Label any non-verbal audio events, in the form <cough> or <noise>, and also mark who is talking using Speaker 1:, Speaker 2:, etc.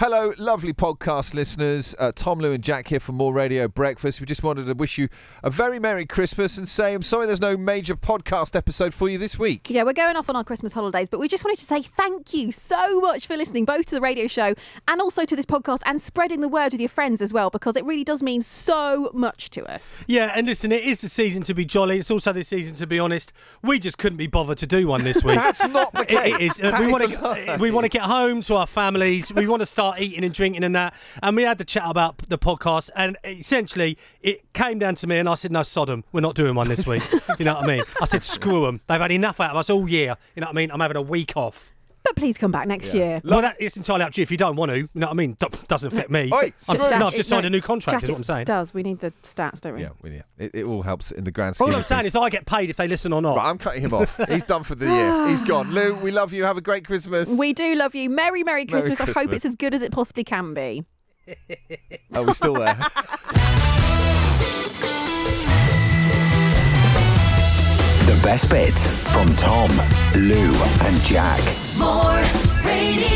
Speaker 1: Hello, lovely podcast listeners. Uh, Tom, Lou, and Jack here for more Radio Breakfast. We just wanted to wish you a very Merry Christmas and say I'm sorry there's no major podcast episode for you this week.
Speaker 2: Yeah, we're going off on our Christmas holidays, but we just wanted to say thank you so much for listening, both to the radio show and also to this podcast, and spreading the word with your friends as well, because it really does mean so much to us.
Speaker 3: Yeah, and listen, it is the season to be jolly. It's also the season to be honest. We just couldn't be bothered to do one this
Speaker 1: <laughs>
Speaker 3: week.
Speaker 1: That's not the case.
Speaker 3: <laughs> It, it is. Uh,
Speaker 1: That
Speaker 3: we
Speaker 1: is
Speaker 3: want
Speaker 1: a lie.
Speaker 3: to we want to get home to our families. We want to start eating and drinking and that. And we had the chat about the podcast, and essentially it came down to me, and I said, "No, Sodom, we're not doing one
Speaker 1: <laughs>
Speaker 3: this week." you know what I mean? I said, "Screw them. They've had enough out of us all year." You know what I mean? I'm having a week off.
Speaker 2: But please come back next year.
Speaker 3: Well, that, it's entirely up to you if you don't want to. You know what I mean? Do- doesn't affect me.
Speaker 1: Oi,
Speaker 3: I'm,
Speaker 1: screw
Speaker 3: no,
Speaker 1: it.
Speaker 3: I've just signed
Speaker 2: no,
Speaker 3: a new contract.
Speaker 2: Jack,
Speaker 3: is what
Speaker 2: it
Speaker 3: I'm saying.
Speaker 2: does. We need the stats, don't we?
Speaker 1: Yeah, well, yeah. It, it all helps in the grand scheme.
Speaker 3: All I'm
Speaker 1: of
Speaker 3: saying
Speaker 1: things.
Speaker 3: is I get paid if they listen or not.
Speaker 1: Right, I'm cutting him off. He's done for the year. He's gone. Lou, we love you. Have a great Christmas.
Speaker 2: We do love you. Merry, Merry Christmas. I hope
Speaker 1: Christmas.
Speaker 2: it's as good as it possibly can be.
Speaker 1: Are we Oh, still
Speaker 3: <laughs>
Speaker 1: there?
Speaker 4: The best bits from Tom, Lou, and Jack.
Speaker 5: More radio.